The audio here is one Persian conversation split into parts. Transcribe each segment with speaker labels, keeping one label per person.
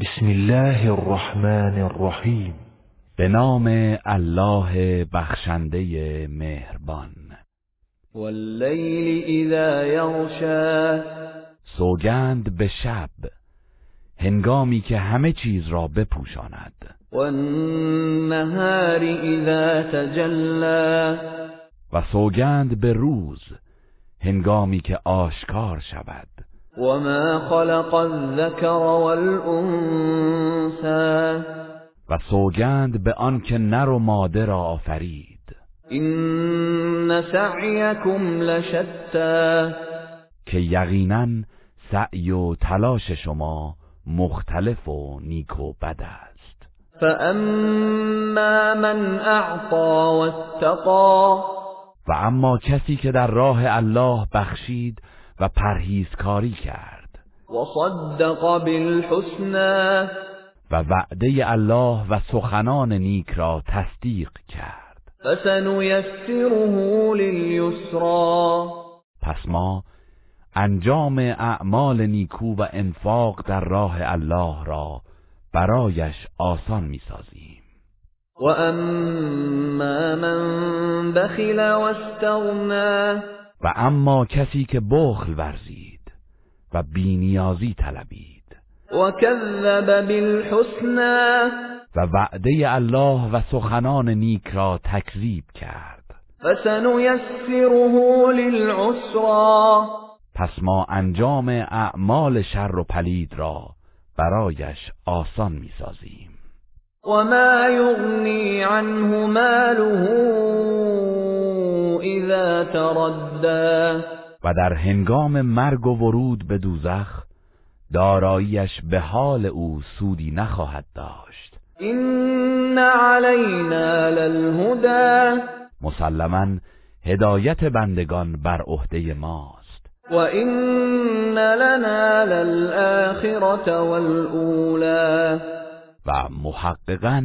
Speaker 1: بسم الله الرحمن الرحیم
Speaker 2: به نام الله بخشنده مهربان
Speaker 3: والليل إذا يغشى
Speaker 2: سوگند به شب هنگامی که همه چیز را بپوشاند
Speaker 3: والنهار إذا تجلى
Speaker 2: و سوگند به روز هنگامی که آشکار شود
Speaker 3: وما خلق الذكر والأنثى
Speaker 2: و سوگند به آنکه نر و ماده را آفرید
Speaker 3: إن سعيكم لشتى
Speaker 2: که یقینا سعی و تلاش شما مختلف و نیک و بد است
Speaker 3: فأما من أعطى واتقى
Speaker 2: و اما کسی که در راه الله بخشید و پرهیزکاری کرد
Speaker 3: وصدق بالحسنى
Speaker 2: و وعده الله و سخنان نیک را تصدیق کرد
Speaker 3: فسنيسره لليسرى
Speaker 2: پس ما انجام اعمال نیکو و انفاق در راه الله را برایش آسان میسازیم
Speaker 3: وأما من بخل واستغنى
Speaker 2: و اما کسی که بخل ورزید و بینیازی طلبید
Speaker 3: وكذب بالحسنى
Speaker 2: و وعده الله و سخنان نیک را تکذیب کرد
Speaker 3: فسنيسره للعسرى
Speaker 2: پس ما انجام اعمال شر و پلید را برایش آسان میسازیم
Speaker 3: وما يغني عنه ماله إذا تردى
Speaker 2: و در هنگام مرگ و ورود به دوزخ داراییش به حال او سودی نخواهد داشت
Speaker 3: إن علينا للهدى
Speaker 2: مسلما هدایت بندگان بر عهده ماست
Speaker 3: وإن لنا للآخرة والأولى
Speaker 2: و محققا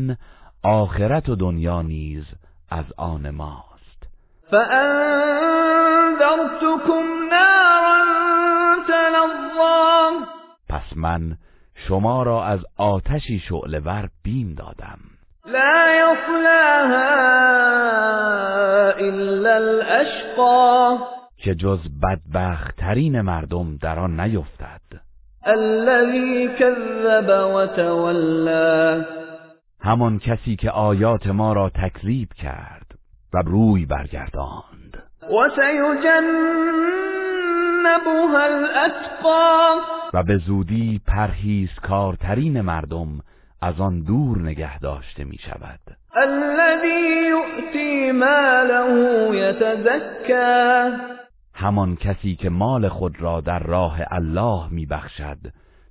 Speaker 2: آخرت و دنیا نیز از آن ماست
Speaker 3: فأنذرتكم نارا تلظى
Speaker 2: پس من شما را از آتشی شعلهور بیم دادم
Speaker 3: لا يصلاها إلا الأشقى
Speaker 2: که جز بدبختترین مردم در آن نیفتد
Speaker 3: الذي كذب وتولى
Speaker 2: همان کسی که آیات ما را تکذیب کرد و روی برگرداند
Speaker 3: وسيجنبها الأتقى
Speaker 2: و به زودی پرهیزکارترین مردم از آن دور نگه داشته می شود
Speaker 3: الذي يؤتي ماله يتزكى
Speaker 2: همان کسی که مال خود را در راه الله می بخشد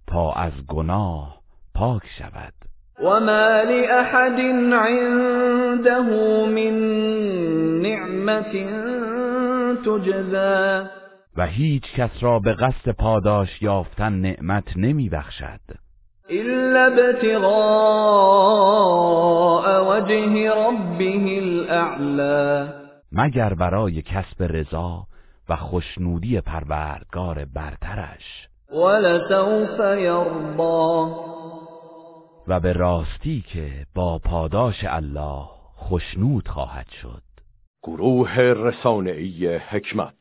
Speaker 2: تا از گناه پاک شود
Speaker 3: وما لأحد عنده من نعمة تجزى
Speaker 2: و هیچ کس را به قصد پاداش یافتن نعمت نمی بخشد
Speaker 3: إلا ابتغاء وجه ربه الأعلى
Speaker 2: مگر برای کسب رضا و خوشنودی پروردگار برترش
Speaker 3: ولسوف يرضى
Speaker 2: و به راستی که با پاداش الله خوشنود خواهد شد
Speaker 4: گروه رسانه‌ای حکمت